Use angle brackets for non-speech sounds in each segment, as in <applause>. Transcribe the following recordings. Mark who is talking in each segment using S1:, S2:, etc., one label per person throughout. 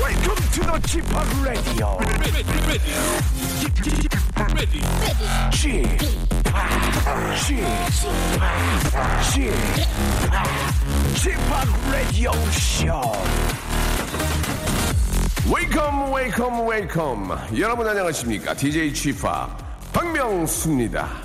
S1: Welcome to the Chip Radio. Chip, Chip, Chip, Radio Show. Welcome, welcome, welcome. 여러분 안녕하십니까? DJ Chip 박명수입니다.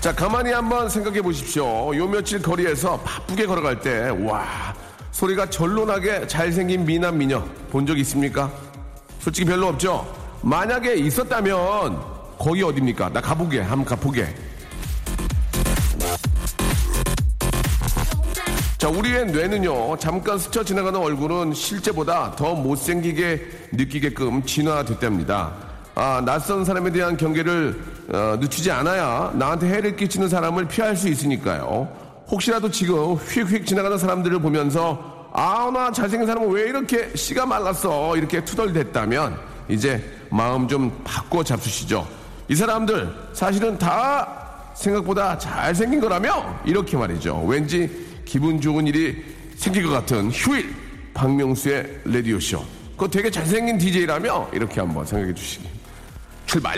S1: 자, 가만히 한번 생각해 보십시오. 요 며칠 거리에서 바쁘게 걸어갈 때, 와, 소리가 절로 나게 잘생긴 미남 미녀 본 적 있습니까? 솔직히 별로 없죠? 만약에 있었다면, 거기 어딥니까? 나 가보게, 한번 가보게. 자, 우리의 뇌는요, 잠깐 스쳐 지나가는 얼굴은 실제보다 더 못생기게 느끼게끔 진화됐답니다. 아, 낯선 사람에 대한 경계를 어, 늦추지 않아야 나한테 해를 끼치는 사람을 피할 수 있으니까요. 혹시라도 지금 휙휙 지나가는 사람들을 보면서 아, 나 잘생긴 사람은 왜 이렇게 씨가 말랐어? 이렇게 투덜댔다면 이제 마음 좀 바꿔 잡수시죠. 이 사람들 사실은 다 생각보다 잘생긴 거라며 이렇게 말이죠. 왠지 기분 좋은 일이 생길 것 같은 휴일 박명수의 라디오 쇼. 그거 되게 잘생긴 DJ라며 이렇게 한번 생각해 주시기. 출발!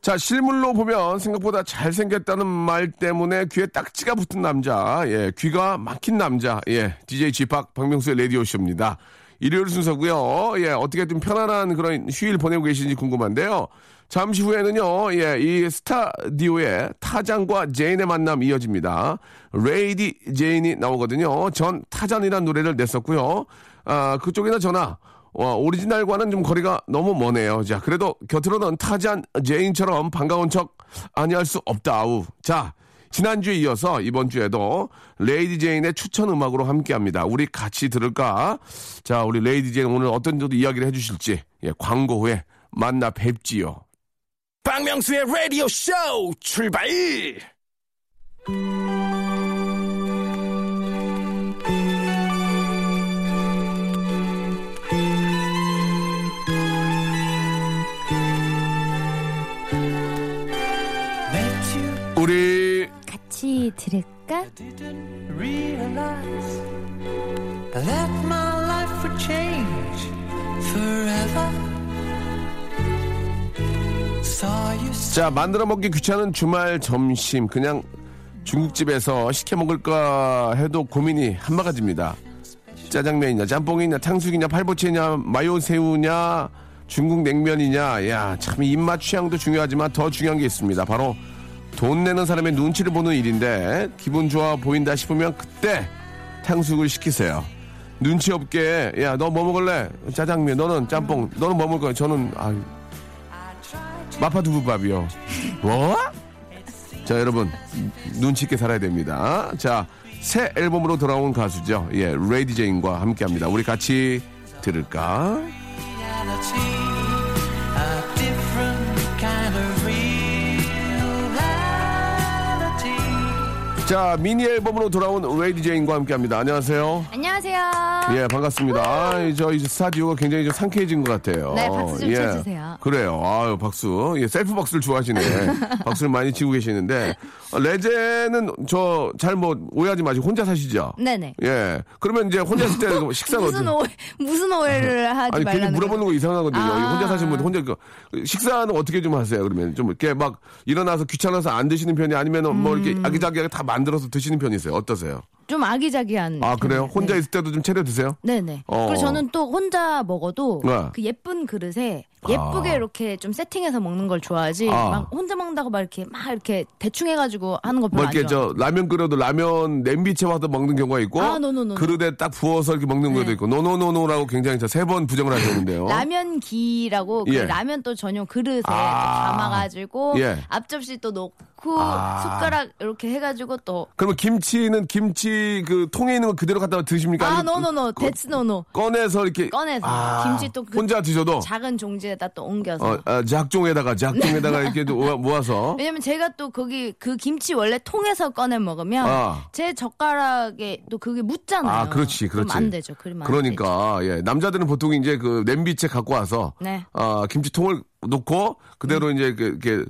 S1: 자 실물로 보면 생각보다 잘생겼다는 말 때문에 귀에 딱지가 붙은 남자, 예 귀가 막힌 남자, 예 DJ 지팍 박명수의 라디오 쇼입니다. 일요일 순서고요. 예, 어떻게 좀 편안한 그런 휴일 보내고 계신지 궁금한데요. 잠시 후에는요, 예, 이 스타디오의 타잔과 제인의 만남 이어집니다. 레이디 제인이 나오거든요. 전 타잔이라는 노래를 냈었고요. 아, 그쪽이나 저나, 와, 오리지널과는 좀 거리가 너무 머네요. 자, 그래도 곁으로는 타잔 제인처럼 반가운 척 아니할 수 없다, 아우. 자, 지난주에 이어서 이번 주에도 레이디 제인의 추천 음악으로 함께 합니다. 우리 같이 들을까? 자, 우리 레이디 제인 오늘 어떤 저도 이야기를 해주실지, 예, 광고 후에 만나 뵙지요. 박명수의 라디오 쇼 출발! 우리
S2: 같이 들을까?
S3: didn't realize that my life would change forever. Saw you
S1: 자 만들어 먹기 귀찮은 주말 점심 그냥 중국집에서 시켜 먹을까 해도 고민이 한바가지입니다. 짜장면이냐 짬뽕이냐 탕수육이냐 팔보채냐 마요새우냐 중국 냉면이냐 야참 입맛 취향도 중요하지만 더 중요한 게 있습니다. 바로 돈 내는 사람의 눈치를 보는 일인데 기분 좋아 보인다 싶으면 그때 탕수육을 시키세요. 눈치 없게 야 너 뭐 먹을래? 짜장면 너는 짬뽕 너는 뭐 먹을 거야? 저는 아 마파 두부밥이요. 뭐? 자, 여러분, 눈치 있게 살아야 됩니다. 자, 새 앨범으로 돌아온 가수죠. 예, 레이디 제인과 함께 합니다. 우리 같이 들을까?
S3: reality, a different kind of reality.
S1: 자, 미니 앨범으로 돌아온 레이디 제인과 함께 합니다. 안녕하세요.
S2: 안녕하세요.
S1: 예, 반갑습니다. 아, 이 저, 이제 스타디오가 굉장히 좀 상쾌해진 것 같아요. 예.
S2: 네, 박수 좀 쳐주세요.
S1: 그래요. 아유, 박수. 예, 셀프 박수를
S2: <laughs>
S1: 좋아하시네. 박수를 많이 치고 계시는데. 어, 레제는 저 잘 뭐 오해하지 마시고 혼자 사시죠?
S2: 네네.
S1: 예. 그러면 이제 혼자 있을
S2: <laughs>
S1: 때 식사는
S2: 무슨
S1: 어떻게?
S2: 오해 무슨 오해를 하지
S1: 아니 괜히
S2: 말라는
S1: 물어보는 거 이상하거든요.
S2: 아.
S1: 혼자 사시는 분 혼자 그 식사는 어떻게 좀 하세요? 그러면 좀 이렇게 뭐
S2: 음.
S1: 막 일어나서 귀찮아서 안 드시는 편이 아니면 은뭐 이렇게 아기자기하게 다 만들어서 드시는 편이세요? 어떠세요?
S2: 거예요. 좀 아기자기한.
S1: 아, 그래요?
S2: 네.
S1: 혼자 있을 때도 좀 차려 드세요?
S2: 네네.
S1: 어.
S2: 그리고 저는 또 혼자 먹어도
S1: 네.
S2: 그 예쁜 그릇에 예쁘게
S1: 아.
S2: 이렇게 좀 세팅해서 먹는 걸 좋아하지.
S1: 아.
S2: 막 혼자 먹는다고 막 이렇게 막 이렇게 대충 해가지고 하는 거 별로
S1: 뭐
S2: 안
S1: 이렇게
S2: 좋아.
S1: 저 라면 끓여도 라면 냄비채 와서 먹는 경우가 있고
S2: 아, 노노노노. 네.
S1: 그릇에 딱 부어서 이렇게 먹는 경우도 있고 노노노노라고 굉장히 세 번 부정을
S2: <laughs>
S1: 하셨는데요.
S2: 라면기라고 그
S1: 어? 예.
S2: 라면 또 전용 그릇에
S1: 아.
S2: 담아가지고
S1: 예.
S2: 앞접시 또 놓고
S1: 아.
S2: 숟가락 이렇게 해가지고 또.
S1: 그러면 김치는 김치 그 통에 있는 거 그대로 갖다 드십니까?
S2: 아,
S1: 그러니까 아니면
S2: 노노노. 데츠노노.
S1: 그- 꺼내서 이렇게
S2: 꺼내서
S1: 아,
S2: 김치 또그
S1: 혼자 드셔도
S2: 작은 종지에다 또 옮겨서. 네.
S1: 어, 아, 작종에다가 작종에다가 이렇게 또 모아-
S2: <laughs>
S1: 모아서
S2: 어? 왜냐면 제가 또 거기 그 김치 원래 통에서 꺼내 먹으면
S1: 아.
S2: 제 젓가락에 또 그게 묻잖아요.
S1: 아, 그렇지, 그렇지.
S2: 그럼 안 되죠. 그러면 안 되죠.
S1: 그러니까 예 남자들은 보통 이제 그 냄비채 갖고 와서
S2: 네. 음.
S1: 아 김치통을 놓고 그대로 이제 그- 이렇게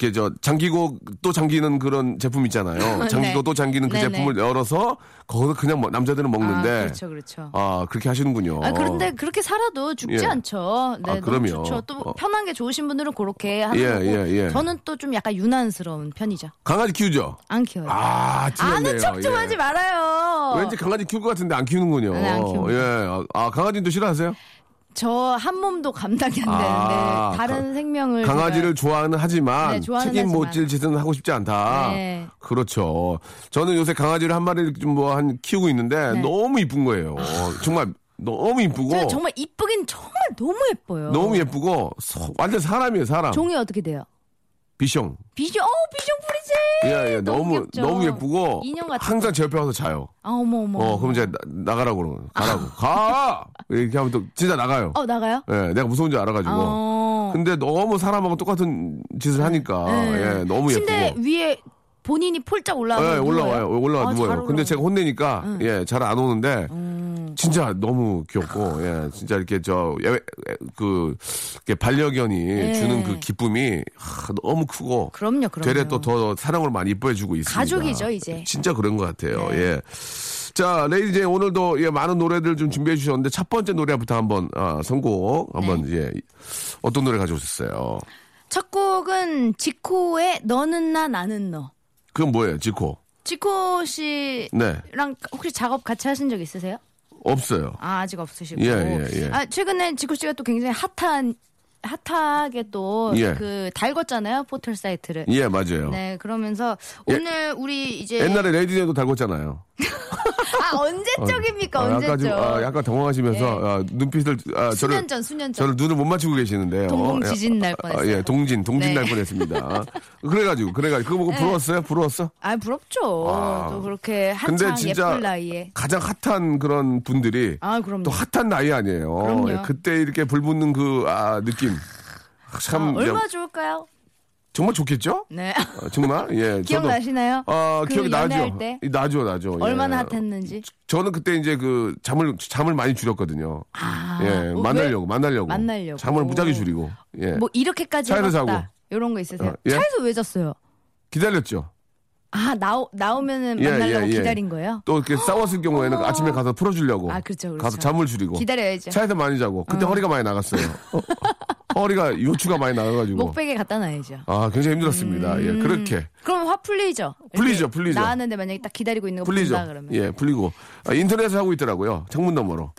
S1: 이렇게 저 잠기고 또 잠기는 그런 제품 있잖아요. 잠기고
S2: <laughs> 네.
S1: 또 잠기는 그
S2: 네네.
S1: 제품을 열어서 거기서 그냥 뭐- 남자들은 먹는데
S2: 아, 그렇죠, 그렇죠.
S1: 렇게 하시는군요.
S2: 아, 그런데 그렇게 살아도 죽지
S1: 예.
S2: 않죠. 네,
S1: 아, 그럼요.
S2: 너무 좋죠. 또
S1: 어.
S2: 편한 게 좋으신 분들은 그렇게 하는
S1: 예,
S2: 거고
S1: 예, 예.
S2: 저는 또 좀 약간 유난스러운 편이죠.
S1: 강아지 키우죠.
S2: 안 키워요.
S1: 아, 찔렸네요.
S2: 아는 척 좀
S1: 예.
S2: 하지 말아요.
S1: 왠지 그 강아지 키울 것 같은데 안 키우는군요.
S2: 네, 안 키웁니다.
S1: 예, 아, 아, 강아지도 싫어하세요?
S2: 저 한 몸도 감당이 안
S1: 아,
S2: 되는데 다른 생명을
S1: 강아지를 좋아하는 하지만
S2: 네, 좋아하는
S1: 책임 못
S2: 하지만.
S1: 질 짓은 하고 싶지 않다.
S2: 네.
S1: 그렇죠. 저는 요새 강아지를 한 마리 좀 뭐 한 키우고 있는데
S2: 네.
S1: 너무 이쁜 거예요. 정말 너무
S2: 제가-
S1: 이쁘고
S2: 제가 정말 이쁘긴 정말 너무 예뻐요.
S1: 너무 예쁘고 서- 완전 사람이에요, 사람.
S2: 종이 어떻게 돼요?
S1: 비숑.
S2: 비숑, 어, 비숑 뿌리지.
S1: 예, 예, 너무 너무,
S2: 귀엽죠.
S1: 예쁘고
S2: 인형 같은
S1: 항상 제 옆에 와서 자요.
S2: 아, 어머, 어머. 아.
S1: 어, 그럼 이제 나, 가라고 그러고 가라고 가 이렇게 하면 또 진짜 나가요.
S2: 어, 나가요?
S1: 예, 내가 무서운 줄 알아가지고.
S2: 어.
S1: 근데 너무 사람하고 똑같은 짓을 하니까
S2: 네.
S1: 예, 너무 예쁘고.
S2: 침대 위에 본인이 폴짝 올라와요.
S1: 예, 올라와요. 올라와
S2: 아, 잘
S1: 누워요. 근데
S2: 올라와요. 음.
S1: 제가 혼내니까 예, 잘 안 오는데 진짜 너무 귀엽고 예, 진짜 이렇게 저그 반려견이 주는 그 기쁨이 하, 너무 크고
S2: 예. 그럼요, 그럼요.
S1: 되레 또 더 사랑을 많이 이뻐해 주고 있습니다.
S2: 가족이죠, 이제. 네.
S1: 진짜 그런 것 같아요. 예. 자, 레이디 제이 오늘도 예, 많은 노래들 좀 준비해 주셨는데 첫 번째 노래부터 한번 아, 선곡 한번
S2: 네.
S1: 예. 어떤 노래 가져오셨어요?
S2: 첫 곡은 지코의 너는 나 나는 너.
S1: 그건 뭐예요? 지코.
S2: 지코 씨랑
S1: 네.
S2: 혹시 작업 같이 하신 적 있으세요?
S1: 없어요.
S2: 아, 아직 없으시고.
S1: 예, 예, 예.
S2: 아, 최근에 지코 씨가 또 굉장히 핫한 핫하게 또
S1: 예.
S2: 그 달궜잖아요. 포털 사이트를.
S1: 예, 맞아요.
S2: 네, 그러면서
S1: 예.
S2: 오늘 우리 이제
S1: 옛날에 레디제도 달궜잖아요.
S2: 아 그러니까 언제적입니까?
S1: 아, 약간
S2: 언제적?
S1: 좀, 아, 약간 당황하시면서 아, 눈빛을 아, 저를
S2: 수년 전, 수년 전.
S1: 저를 눈을 못 맞추고 계시는데요. 어,
S2: 동공 지진 날
S1: 아,
S2: 뻔했어요.
S1: 예, 동진, 동진
S2: 네.
S1: 날
S2: <laughs>
S1: 뻔했습니다. 그래가지고, 그래가지고 그거 보고 부러웠어요, 부러웠어.
S2: 아 부럽죠. 또 그렇게
S1: 근데
S2: 한창
S1: 진짜
S2: 예쁠 나이에.
S1: 가장 핫한 그런 분들이
S2: 아 그럼요.
S1: 또 핫한 나이 아니에요.
S2: 그럼요.
S1: 예, 그때 이렇게 불붙는 그 아, 느낌 참
S2: 아, 얼마 좋을까요?
S1: 정말 좋겠죠?
S2: 네. <laughs>
S1: 아, 정말 예.
S2: 기억나시나요?
S1: 저도, 아,
S2: 그
S1: 기억이 나죠.
S2: 연애할 때
S1: 나죠, 나죠. 예.
S2: 얼마나 핫했는지.
S1: 저는 그때 이제 그 잠을 잠을 많이 줄였거든요.
S2: 아,
S1: 예,
S2: 어,
S1: 만나려고, 만나려고.
S2: 만나려고.
S1: 잠을 무작위 줄이고. 예.
S2: 왜, 뭐 이렇게까지
S1: 차에서
S2: 해봤다.
S1: 자고.
S2: 이런 거 있으세요?
S1: 어, 예?
S2: 차에서 왜 잤어요?
S1: 기다렸죠.
S2: 아 나오 나오면은
S1: 예,
S2: 만나려고
S1: 예, 예.
S2: 기다린 거예요?
S1: 또 이렇게 싸웠을 경우에는 아침에 가서 풀어주려고.
S2: 어. 아, 그렇죠, 그렇죠.
S1: 가서 잠을 줄이고.
S2: 기다려야죠.
S1: 차에서 많이 자고. 그때 허리가 많이 나갔어요. 어, 허리가 요추가 많이 나가가지고.
S2: 목베개 음. 갖다 놔야죠.
S1: 아, 굉장히 힘들었습니다. 예, 그렇게.
S2: 그럼 화 풀리죠? 이렇게
S1: 풀리죠, 풀리죠.
S2: 나왔는데 만약에 딱 기다리고 있는 거
S1: 풀리죠.
S2: 본다 그러면.
S1: 예, 풀리고. 아, 인터넷을 하고 있더라고요. 창문 너머로.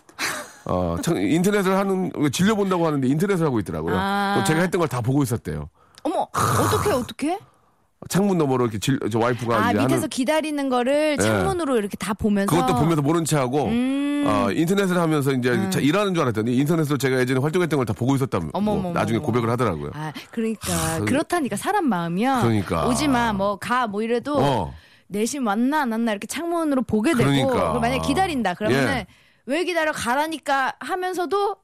S1: 어, 창- 인터넷을 하는, 질려본다고 하는데 인터넷을 하고 있더라고요.
S2: 아.
S1: 제가 했던 걸 다 보고 있었대요.
S2: 어머 어떻게 어떻게?
S1: 창문 너머로 이렇게 질, 저 와이프가
S2: 아
S1: 이제
S2: 밑에서
S1: 하는 예.
S2: 기다리는 거를 창문으로 이렇게 다 보면서 음.
S1: 그것도 보면서 모른 체 하고 어, 인터넷을 하면서 이제 자, 일하는 줄 알았더니 인터넷으로 제가 예전에 활동했던 걸 다 보고 있었다면
S2: 어머머머머.
S1: 나중에 고백을 하더라고요.
S2: 아 그러니까 그렇다니까 사람 마음이야
S1: 그러니까.
S2: 오지마 뭐 가 뭐 이래도
S1: 어.
S2: 내심 왔나 안 왔나 이렇게 창문으로 보게 되고
S1: 그러니까.
S2: 그리고 만약에 기다린다 그러면은
S1: 예.
S2: 왜 기다려 가라니까 하면서도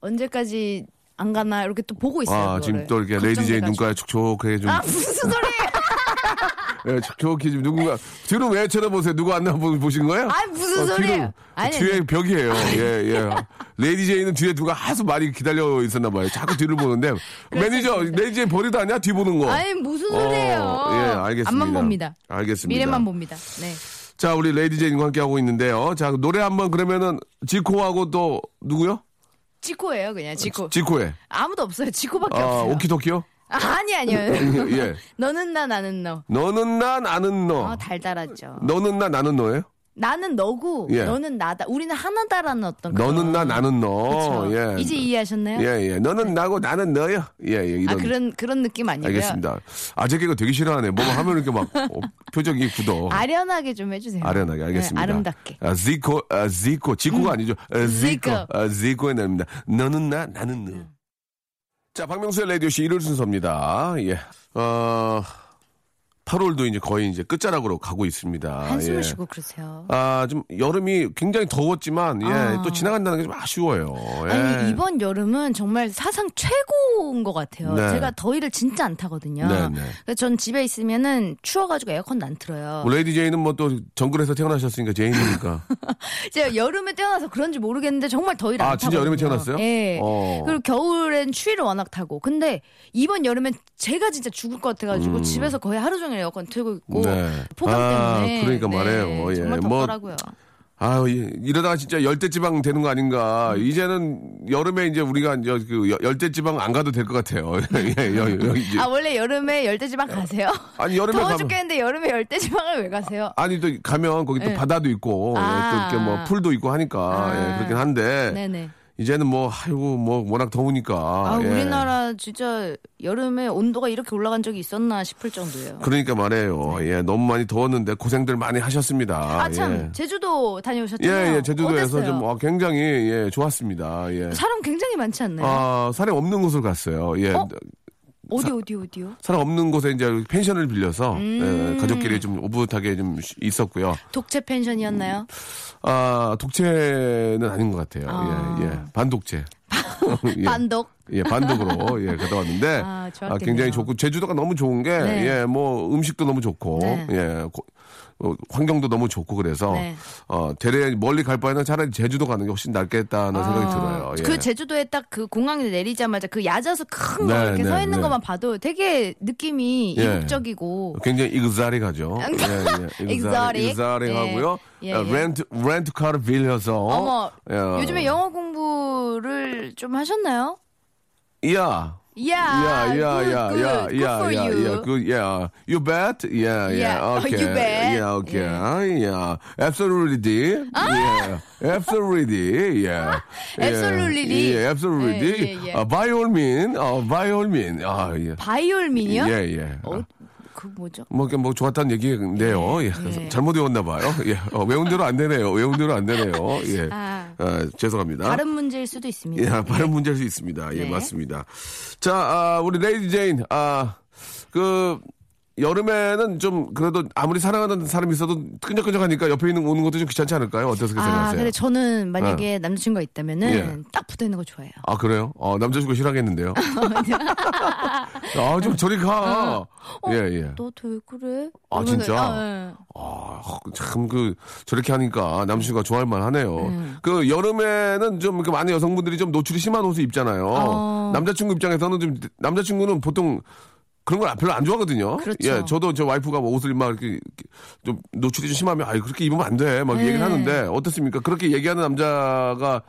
S2: 언제까지 안 가나 이렇게 또 보고 있어요
S1: 아, 지금
S2: 그거를.
S1: 또 이렇게 레이디 제이
S2: 걱정돼가지고.
S1: 눈가에 촉촉하게 좀
S2: 아
S1: <laughs>
S2: 무슨 소리
S1: 예, 촉촉히 좀 누군가 뒤로 왜 쳐다보세요? 누구 안나 보신 거예요? 어,
S2: 아이, 무슨
S1: 뒤로.
S2: 소리예요? 아니,
S1: 뒤에 벽이에요. 예, 예. 레이디 제이는 뒤에 누가 하수 많이 기다려 있었나 봐요. 자꾸 뒤를 보는데 매니저 레이디 제이 버리도 아니야? 뒤 보는 거.
S2: 그렇죠. 아니 무슨 소리예요
S1: 어, 예, 알겠습니다.
S2: 앞만 봅니다
S1: 알겠습니다.
S2: 미래만 봅니다 네
S1: 자, 우리 레이디 제인과 함께 하고 있는데요. 자, 노래 한번 그러면은 지코하고 또 누구요?
S2: 지코예요 그냥 지코
S1: 지코에.
S2: 아무도 없어요 지코밖에
S1: 아,
S2: 없어요
S1: 오키토키요?
S2: 아, 아니 아니요.
S1: 예.
S2: <laughs> 너는 나 나는 너.
S1: 너는 나 나는 너.
S2: 어, 달달하죠.
S1: 너는 나 나는 너예요?
S2: 나는 너고
S1: 예.
S2: 너는 나다. 우리는 하나다라는 어떤 그런-
S1: 너는 나 나는 너.
S2: 그쵸.
S1: 예.
S2: 이제 이해하셨나요?
S1: 예, 예. 너는 나고 나는 너요. 예, 예. 이런.
S2: 아 그런 그런 느낌 아니고요.
S1: 알겠습니다. 아재 개그 되게 싫어하네. 뭐 하면 이렇게
S2: <laughs>
S1: 막 어, 표정이 굳어.
S2: 아련하게 좀 해주세요.
S1: 아련하게 알겠습니다.
S2: 네, 아름답게. 음.
S1: 아, 지코, 아, 지코, 지코가 아니죠. 아, 지코,
S2: 지코.
S1: 아, 지코의 날입니다. 너는 나, 나는 너.
S2: 음.
S1: 자, 박명수의 라디오 씨 일요일 순서입니다. 예, 어, 8월도 이제 거의 이제 끝자락으로 가고 있습니다.
S2: 한숨을
S1: 예.
S2: 쉬고 그러세요.
S1: 아, 좀 여름이 굉장히 더웠지만 예,
S2: 아.
S1: 또 지나간다는 게 좀 아쉬워요. 예.
S2: 아니 이번 여름은 정말 사상 최고인 것 같아요.
S1: 네.
S2: 제가 더위를 진짜 안 타거든요.
S1: 네, 네.
S2: 그래서 전 집에 있으면은 추워가지고 에어컨 안 틀어요.
S1: 뭐 레이디 제이는 뭐 또 정글에서 태어나셨으니까
S2: <laughs>
S1: 제인이니까.
S2: 제가 여름에 태어나서 그런지 모르겠는데 정말 더위를
S1: 아,
S2: 안 타거든요.
S1: 진짜 여름에 태어났어요?
S2: 예.
S1: 어.
S2: 그리고 겨울엔 추위를 워낙 타고. 근데 이번 여름엔 제가 진짜 죽을 것 같아가지고 집에서 거의 하루 종일 에어컨 틀고 있고
S1: 음. 네.
S2: 폭염
S1: 아,
S2: 때문에. 네.
S1: 그러니까 말해요. 예.
S2: 정말
S1: 뭐
S2: 덥더라고요.
S1: 아유, 이- 이러다가 진짜 열대지방 되는 거 아닌가.
S2: 음.
S1: 이제는 여름에 이제 우리가 이제 그 여- 열대지방 안 가도 될 것 같아요. <laughs> 예, 여, 여, 이제.
S2: 아 원래 여름에 열대지방 가세요?
S1: 아니, 여름에
S2: 더워
S1: 가면-
S2: 죽겠는데 여름에 열대지방을 왜 가세요?
S1: 아니, 또 가면 거기 또
S2: 예.
S1: 바다도 있고, 예, 또
S2: 아.
S1: 이렇게 뭐 풀도 있고 하니까,
S2: 아.
S1: 예, 그렇긴 한데.
S2: 네네.
S1: 이제는 뭐, 아이고, 뭐, 워낙 더우니까.
S2: 아,
S1: 예.
S2: 우리나라 진짜 여름에 온도가 이렇게 올라간 적이 있었나 싶을 정도예요.
S1: 그러니까 말이에요. 예, 너무 많이 더웠는데 고생들 많이 하셨습니다.
S2: 네. 아, 참.
S1: 예.
S2: 제주도 다녀오셨잖아요.
S1: 예, 예, 제주도에서
S2: 어땠어요?
S1: 좀 아, 굉장히 예, 좋았습니다. 예.
S2: 사람 굉장히 많지 않나요?
S1: 아, 사람 없는 곳을 갔어요. 예.
S2: 어? 어디, 어디, 어디요?
S1: 사람 없는 곳에 이제 펜션을 빌려서
S2: 음.
S1: 예, 가족끼리 좀 오붓하게 좀 쉬- 있었고요.
S2: 독채 펜션이었나요?
S1: 아 독채는 아닌 것 같아요.
S2: 아.
S1: 예, 예, 반독채. 예,
S2: <laughs> 반독?
S1: 예, 반독으로 예 갔다 왔는데
S2: <laughs> 아, 좋았겠네요.
S1: 아, 굉장히 좋고 제주도가 너무 좋은 게
S2: 네.
S1: 예, 뭐 음식도 너무 좋고
S2: 네.
S1: 예. 고- 어, 환경도 너무 좋고 그래서
S2: 네.
S1: 어 대래 멀리 갈 바에는 차라리 제주도 가는 게 훨씬 낫겠다는 생각이 들어요. 예.
S2: 그 제주도에 딱 그 공항에 내리자마자 그 야자수 큰 거
S1: 네,
S2: 이렇게
S1: 네,
S2: 서 있는
S1: 네.
S2: 것만 봐도 되게 느낌이
S1: 예.
S2: 이국적이고
S1: 굉장히
S2: <laughs>
S1: 익사리가죠. 예, 예.
S2: Exotic.
S1: 익사리하고요.
S2: 예, 예,
S1: 어,
S2: 예.
S1: 렌트 렌트카를 빌려서.
S2: 어머
S1: 예.
S2: 요즘에 영어 공부를 좀 하셨나요?
S1: Yeah.
S2: 이야
S1: Yeah, yeah,
S2: Ah,
S1: yeah,
S2: good, good,
S1: yeah,
S2: good
S1: yeah,
S2: for
S1: yeah,
S2: you.
S1: yeah, good, yeah. You bet? Yeah, yeah,
S2: Yeah. Oh,
S1: okay.
S2: You bet. Ah!
S1: Yeah, okay. Ah, Yeah. Absolutely. Yeah. Absolutely. Yeah.
S2: <laughs>
S1: Yeah.
S2: Absolutely.
S1: Yeah, absolutely.
S2: 예, 예, 예.
S1: Uh, by all means. Uh, by all means. 아, 예.
S2: 바이올민이요?
S1: 예, 예.
S2: 어, 그 뭐죠?
S1: 뭐, 이렇게 뭐 좋았다는 얘기인데요. 예.
S2: 예.
S1: 잘못 외웠나 봐요. 예. 어, 외운 대로 안 되네요. 외운 대로 안 되네요. 예.
S2: 아.
S1: 어, 죄송합니다.
S2: 다른 문제일 수도 있습니다.
S1: 예, <laughs> 발음 문제일 수 있습니다. 예,
S2: 네.
S1: 맞습니다. 자, 아, 우리 레이디 제인, 아, 그, 여름에는 좀 그래도 아무리 사랑하는 사람이 있어도 끈적끈적하니까 옆에 있는 오는 것도 좀 귀찮지 않을까요? 어떻게
S2: 아,
S1: 생각하세요?
S2: 근데 저는 만약에 남자친구가 있다면은
S1: 예.
S2: 딱 붙어 있는 거 좋아해요.
S1: 아, 그래요? 어, 남자친구
S2: <laughs>
S1: 싫어하겠는데요? 아, 좀 저리
S2: 어.
S1: 가. 예, 예.
S2: 너도 왜 그래?
S1: 아,
S2: 이러면은-
S1: 진짜?
S2: 아, 예.
S1: 아, 참, 그, 저렇게 하니까 남친과 좋아할 만 하네요. 그, 여름에는 좀, 그 많은 여성분들이 좀 노출이 심한 옷을 입잖아요.
S2: 어.
S1: 남자친구 입장에서는 좀, 남자친구는 보통 그런 걸 별로 안 좋아하거든요.
S2: 그렇죠.
S1: 예, 저도 저 와이프가 뭐 옷을 막 이렇게 좀 노출이 좀 심하면, 아이, 그렇게 입으면 안 돼. 막
S2: 네.
S1: 얘기를 하는데, 어떻습니까? 그렇게 얘기하는 남자가,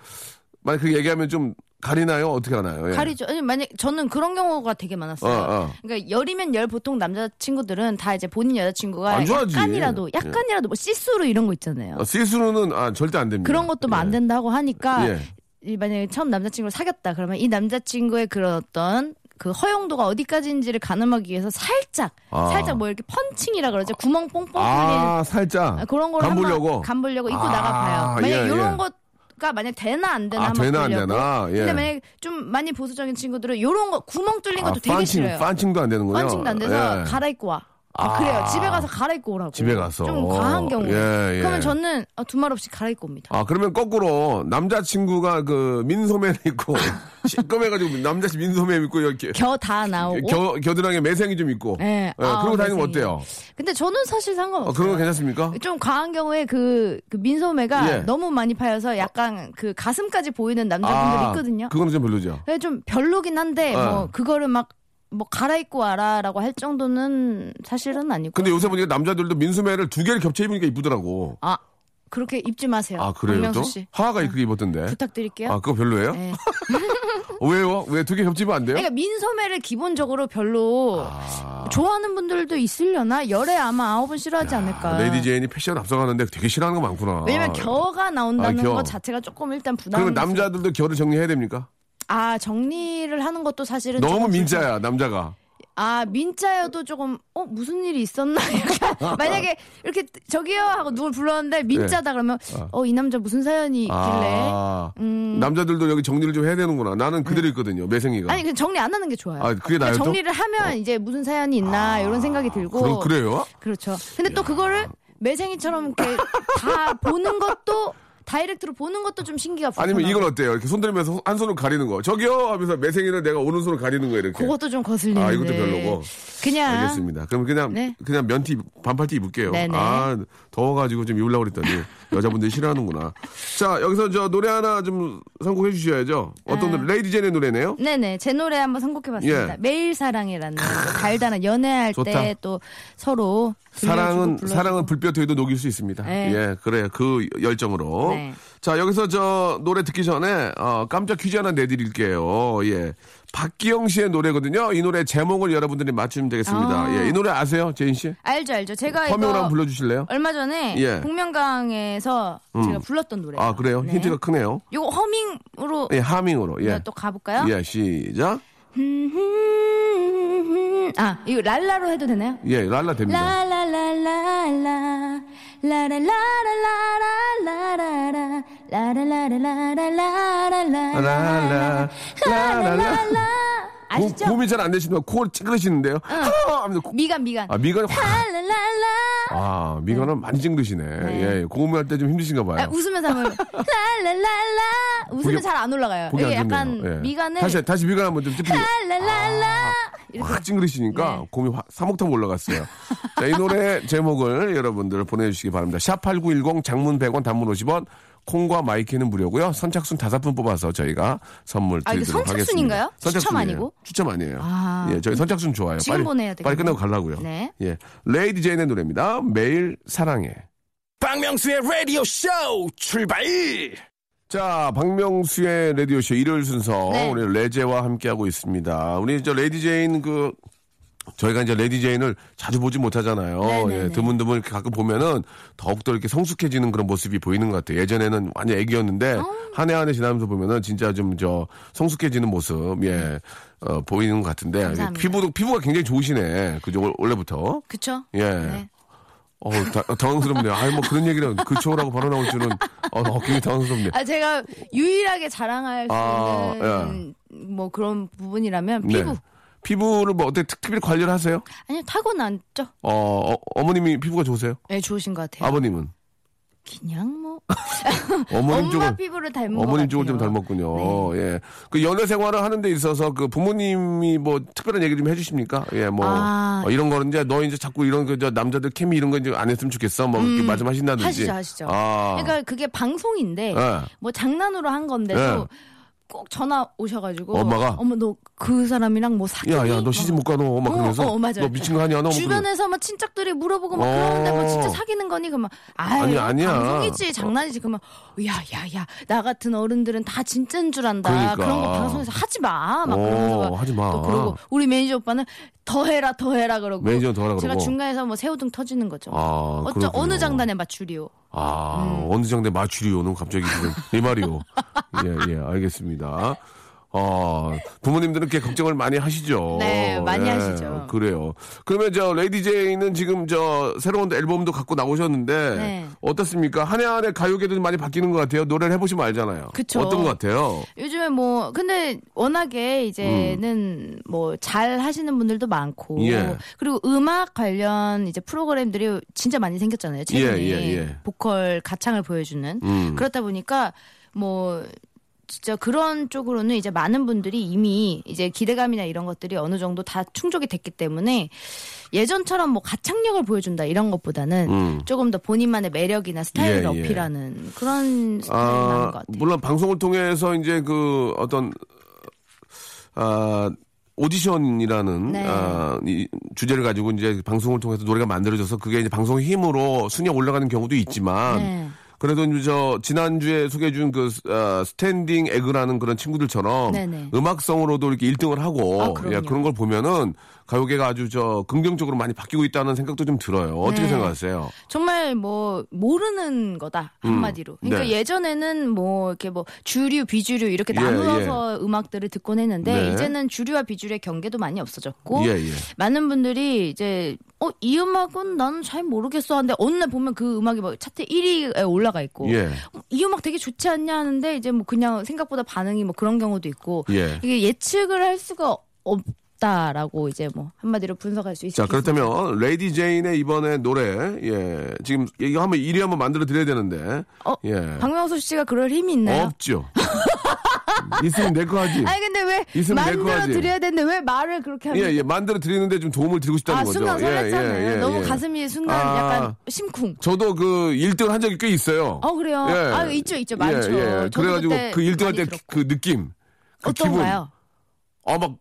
S1: 만약 그렇게 얘기하면 좀 가리나요? 어떻게 하나요? 예.
S2: 가리죠. 아니, 만약 저는 그런 경우가 되게 많았어요.
S1: 어, 어.
S2: 그러니까 열이면 열 보통 남자 친구들은 다 이제 본인 여자 친구가
S1: 안 좋아하지. 예.
S2: 약간이라도 약간이라도 뭐 시스루 이런 거 있잖아요.
S1: 아, 시스루는, 아, 절대 안 됩니다.
S2: 그런 것도 뭐안 된다고 하니까
S1: 예.
S2: 이 만약에 처음 남자친구를 사귀었다 그러면 이 남자친구의 그런 어떤 그 허용도가 어디까지인지를 가늠하기 위해서 살짝
S1: 아.
S2: 살짝 뭐 이렇게 펀칭이라 그러죠 구멍 뽕뽕 뚫리는
S1: 아, 살짝.
S2: 그런 걸로
S1: 간 보려고.
S2: 한번 간 보려고 입고
S1: 아,
S2: 나가봐요. 만약
S1: 예,
S2: 이런
S1: 예.
S2: 것가 만약 되나 안 되나
S1: 아,
S2: 한번
S1: 되나 안
S2: 보려고.
S1: 되나? 예.
S2: 근데 만약 좀 많이 보수적인 친구들은 이런 거 구멍 뚫린 것도 되게
S1: 판칭,
S2: 싫어요.
S1: 판칭도 아, 안 되는군요.
S2: 펀칭도 안 돼서
S1: 예.
S2: 갈아입고 와.
S1: 아.
S2: 그래요. 집에 가서 갈아입고 오라고.
S1: 집에 가서.
S2: 좀 과한 경우.
S1: 예, 예.
S2: 그러면 저는 어, 두말 없이 갈아입고 옵니다.
S1: 아, 그러면 거꾸로 남자친구가 그 민소매
S2: <laughs>
S1: 입고 시꺼매가지고 남자 민소매 입고 이렇게
S2: 겨 다 나오고.
S1: 예. 겨, 겨드랑이에 매생이 좀 있고.
S2: 예. 아,
S1: 그러고 다니면
S2: 매생이.
S1: 어때요?
S2: 근데 저는 사실
S1: 어,
S2: 상관없어요.
S1: 그런 거 괜찮습니까?
S2: 좀 과한 경우에 그, 그 민소매가
S1: 예.
S2: 너무 많이 파여서 약간 그 가슴까지 보이는
S1: 아,
S2: 남자분들 이 있거든요.
S1: 그거는 좀 별로죠.
S2: 그게 예, 좀 별로긴 한데
S1: 어.
S2: 뭐 그거를 막 뭐 갈아입고 와라라고 할 정도는 사실은 아니고.
S1: 근데 요새 보니까 남자들도 민소매를 두 개를 겹쳐 입으니까 이쁘더라고.
S2: 아 그렇게 입지 마세요.
S1: 아, 그래요 또?
S2: 박명수 씨 네.
S1: 하하가 그렇게 입었던데.
S2: 부탁드릴게요.
S1: 아, 그거 별로예요? 어,
S2: 네.
S1: 왜요? 왜 두 개 겹치면 안 돼요?
S2: 그러니까 민소매를 기본적으로 별로 좋아하는 분들도 있으려나 열에 아마 아홉은 싫어하지 않을까.
S1: 레이디 제인이 패션 앞서가는데 되게 싫어하는 거 많구나.
S2: 그러니까. 왜냐면 겨가 나온다는
S1: 아, 겨.
S2: 것 자체가 조금 일단 부담.
S1: 그러면 남자들도 겨를 정리해야 됩니까?
S2: 아 정리를 하는 것도 사실은
S1: 너무
S2: 조금 불편-
S1: 민자야 남자가.
S2: 아 민자여도 조금 어 무슨 일이 있었나 <laughs>
S1: <laughs>
S2: 약간 만약에 이렇게 저기요 하고 누굴 불렀는데 민자다 그러면 어 이 남자 무슨 사연이 있길래
S1: 예. 아,
S2: 음.
S1: 남자들도 여기 정리를 좀 해야 되는구나. 나는 그대로 있거든요 매생이가.
S2: 아니 그 정리 안 하는 게 좋아요. 그러니까
S1: 아, 그게 나요, 또?
S2: 정리를 하면 이제 무슨 사연이 있나 이런 생각이 들고
S1: 그럼 그래요?
S2: 렇죠 근데 또 그거를 매생이처럼 이렇게 다 보는 것도 다이렉트로 보는 것도 좀 신기가 불편하
S1: 아니면 이건 어때요? 이렇게 손 들면서 한 손을 가리는 거. 저기요 하면서 매생이는 내가 오른손을 가리는 거 이렇게.
S2: 그것도 좀 거슬리는데.
S1: 아, 이것도 별로고.
S2: 그냥
S1: 알겠습니다. 그럼 그냥
S2: 네.
S1: 그냥 면티 반팔티 입을게요.
S2: 네네.
S1: 아 더워가지고 좀 입으려고 그랬더니 여자분들이 싫어하는구나. 자 여기서 저 노래 하나 좀 선곡해 주셔야죠. 어떤 노래? 레이디 젠의 노래네요.
S2: 네네 제 노래 한번 선곡해봤습니다.
S1: 예.
S2: 매일 사랑이라는 또 달달한 연애할
S1: 좋다.
S2: 때 또 서로 들려주고
S1: 사랑은
S2: 불러주고.
S1: 사랑은 불볕에도 녹일 수 있습니다.
S2: 네.
S1: 예, 그래 그 열정으로.
S2: 네.
S1: 자 여기서 저 노래 듣기 전에 어, 깜짝 퀴즈 하나 내드릴게요. 예, 박기영 씨의 노래거든요. 이 노래 제목을 여러분들이 맞추면 되겠습니다.
S2: 아.
S1: 예, 이 노래 아세요, 제인 씨?
S2: 알죠 알죠 제가
S1: 화명을
S2: 이거
S1: 한번 불러주실래요?
S2: 얼마 전에
S1: 예.
S2: 복면가왕에서 제가 불렀던 노래
S1: 아 그래요? 힌트가 크네요.
S2: 요거 허밍으로
S1: 예, 하밍으로. 예.
S2: 또 가볼까요?
S1: 예, 시작.
S2: 아 이거 랄라로 해도 되나요?
S1: 예, 랄라 됩니다.
S2: 라라라라라 라라라라라라라라 라라라라라라라라라 라라라라 아시죠?
S1: 고- 고음이 잘 안 되시면 코 찌그러시는데요. 아, 하면서 코-
S2: 미간 미간
S1: 아, 미간 확.
S2: 라라라라
S1: 아, 미간은 많이 찡그시네. 예, 고음을 할 때 좀 힘드신가 봐요.
S2: 아, 웃으면서 한번
S1: <laughs>
S2: 라라라라 웃으면 잘 안 올라가요
S1: 보기
S2: 이게
S1: 안 좋네요.
S2: 아, 약간
S1: 예.
S2: 미간을
S1: 다시 아. 다시 미간 한번 좀 찌푸리고
S2: 라라라라 이렇게
S1: 확 찡그리시니까
S2: 네.
S1: 곰이 확 3옥탑 올라갔어요. 자, 이 노래 제목을 여러분들 보내주시기 바랍니다. 샵8910 장문 100원 단문 50원 콩과 마이키는 무료고요. 선착순 다섯 분 뽑아서 저희가 선물
S2: 아, 이게
S1: 드리도록 하겠습니다.
S2: 선착순인가요? 추첨
S1: 선착순이에요.
S2: 아니고?
S1: 추첨 아니에요.
S2: 아.
S1: 예, 저희 선착순 좋아요.
S2: 지금
S1: 빨리,
S2: 보내야
S1: 빨리
S2: 되겠네요.
S1: 끝나고 가려고요.
S2: 네.
S1: 예, 레이디 제인의 노래입니다. 매일 사랑해.
S4: 박명수의 라디오 쇼 출발!
S1: 자, 박명수의 라디오쇼 일요일 순서
S2: 네.
S1: 오늘 레제와 함께하고 있습니다. 우리 저 레디 제인 그 저희가 이제 레디 제인을 자주 보지 못하잖아요.
S2: 네네네.
S1: 예, 드문드문 이렇게 가끔 보면은 더욱더 이렇게 성숙해지는 그런 모습이 보이는 것 같아요. 예전에는 완전 애기였는데
S2: 아.
S1: 한 해 한 해 지나면서 보면은 진짜 좀 저 성숙해지는 모습 예 어, 보이는 것 같은데
S2: 음. 감사합니다.
S1: 피부도 피부가 굉장히 좋으시네. 그죠 원- 원래부터
S2: 그쵸?
S1: 예.
S2: 네.
S1: 어, 다, 당황스럽네요. 아니, 뭐 그런 얘기는 그초라고 바로 나올 줄은, 어, 어 굉장히 당황스럽네요.
S2: 아 제가 유일하게 자랑할 수
S1: 아,
S2: 있는 뭐 그런 부분이라면
S1: 네.
S2: 피부
S1: 피부를 뭐 어떻게 특- 특별히 관리를 하세요?
S2: 아니요 타고났죠.
S1: 어, 어, 머님이 피부가 좋으세요?
S2: 네, 좋으신 것 같아요.
S1: 아버님은?
S2: 그냥 뭐
S1: 어머님
S2: 엄마
S1: 쪽은
S2: 피부를 닮은 것
S1: 어머님 쪽은 좀
S2: 같아요. 네.
S1: 닮았군요. 예. 그 연애 생활을 하는 데 있어서 그 부모님이 뭐 특별한 얘기 좀 해주십니까? 예, 뭐
S2: 아.
S1: 어, 이런 거는 이제 너 이제 자꾸 이런 그저 남자들 케미 이런 거 이제 안 했으면 좋겠어. 뭐 이렇게 말좀 하신다든지.
S2: 음. 하시죠, 하시죠.
S1: 아.
S2: 그러니까 그게 방송인데
S1: 예.
S2: 뭐 장난으로 한 건데도
S1: 네.
S2: 꼭 전화 오셔가지고
S1: 엄마가?
S2: 어머 너 그 사람이랑 뭐 사귀니?
S1: 예. 야, 야, 너 시집 못 가노. 막
S2: 어,
S1: 그러면서.
S2: 어, 맞아요.
S1: 너 미친 거 아니야? 너
S2: 주변에서 막 친척들이 물어보고 막
S1: 어.
S2: 그러는데 뭐 진짜 사귀는 거니 그만 아니
S1: 아니야, 아니야.
S2: 방송이지 장난이지 그만 야야야 나 같은 어른들은 다 진짜인 줄 안다
S1: 그러니까.
S2: 그런 거 방송에서 하지 마막
S1: 어,
S2: 그러면서 막
S1: 하지 마.
S2: 또 그러고 우리 매니저 오빠는 더 해라 더 해라 그러고
S1: 매니저는 더 하라
S2: 제가
S1: 그러고.
S2: 중간에서 뭐 새우등 터지는 거죠
S1: 아,
S2: 어쩌
S1: 그렇군요.
S2: 어느 장단에 맞추리오
S1: 아,
S2: 네.
S1: 어느 장대 마추리오는 갑자기 지금 이 말이요. 예, 예, 알겠습니다. 어, 부모님들은 꽤 걱정을 많이 하시죠.
S2: 네, 많이
S1: 예,
S2: 하시죠.
S1: 그래요. 그러면 저 레이디 제이는 지금 저 새로운 앨범도 갖고 나오셨는데
S2: 네.
S1: 어떻습니까? 한 해 한 해 가요계도 많이 바뀌는 것 같아요. 노래를 해보시면 알잖아요.
S2: 그쵸.
S1: 어떤 것 같아요?
S2: 요즘에 뭐 근데 워낙에 이제는 뭐 잘 하시는 분들도 많고
S1: 예.
S2: 그리고 음악 관련 이제 프로그램들이 진짜 많이 생겼잖아요. 최근에
S1: 예, 예, 음. 예.
S2: 보컬 가창을 보여주는 그렇다 보니까 뭐 진짜 그런 쪽으로는 이제 많은 분들이 이미 이제 기대감이나 이런 것들이 어느 정도 다 충족이 됐기 때문에 예전처럼 뭐 가창력을 보여준다 이런 것보다는 조금 더 본인만의 매력이나 스타일을
S1: 음. 예, 예.
S2: 어필하는 그런 스타일이 많은
S1: 아,
S2: 것 같아요.
S1: 물론 방송을 통해서 이제 그 어떤 아 오디션이라는
S2: 네.
S1: 아, 이 주제를 가지고 이제 방송을 통해서 노래가 만들어져서 그게 이제 방송 의 힘으로 순위에 올라가는 경우도 있지만
S2: 네.
S1: 그래도 이제 저 지난주에 소개해준 그 어, 스탠딩 에그라는 그런 친구들처럼
S2: 네네.
S1: 음악성으로도 이렇게 1등을 하고
S2: 아, 그럼요.
S1: 예, 그런 걸 보면은 가요계가 아주 저 긍정적으로 많이 바뀌고 있다는 생각도 좀 들어요. 어떻게
S2: 네.
S1: 생각하세요?
S2: 정말 뭐 모르는 거다 한마디로. 그러니까
S1: 네.
S2: 예전에는 뭐 이렇게 뭐 주류 비주류 이렇게
S1: 예,
S2: 나누어서 음악들을 듣곤 했는데
S1: 네.
S2: 이제는 주류와 비주류의 경계도 많이 없어졌고
S1: 예, 예.
S2: 많은 분들이 이제 어 이 음악은 나는 잘 모르겠어 하는데 어느 날 보면 그 음악이 뭐 차트 1위에 올라가 있고
S1: 예.
S2: 어, 이 음악 되게 좋지 않냐 하는데 이제 뭐 그냥 생각보다 반응이 뭐 그런 경우도 있고
S1: 예.
S2: 이게 예측을 할 수가 없다라고 이제 뭐 한마디로 분석할 수 있죠.
S1: 자, 그렇다면 레이디 제인의 이번에 노래 예. 지금 이거 한번 1위 한번 만들어 드려야 되는데.
S2: 어,
S1: 예. 어,
S2: 박명수 씨가 그럴 힘이 있나요?
S1: 없죠. <laughs> 있으면 내 거 하지.
S2: 아니 근데 왜
S1: 있으면 내거
S2: 만들어
S1: 하지.
S2: 드려야 되는데 왜 말을 그렇게 하는
S1: 예, 예. 만들어 드리는데 좀 도움을 드리고 싶다는
S2: 아
S1: 거죠.
S2: 순간
S1: 예,
S2: 설렜잖아요.
S1: 예, 예,
S2: 너무
S1: 예.
S2: 가슴이 순간
S1: 아.
S2: 약간 심쿵.
S1: 저도 그 1등 한 적이 꽤 있어요.
S2: 어 그래요.
S1: 예.
S2: 아 있죠 있죠 많죠.
S1: 예, 예.
S2: 저도
S1: 그래가지고
S2: 그때
S1: 그 1등 할
S2: 많이
S1: 때 그 느낌. 그
S2: 어떤가요?
S1: 기분. 아, 막,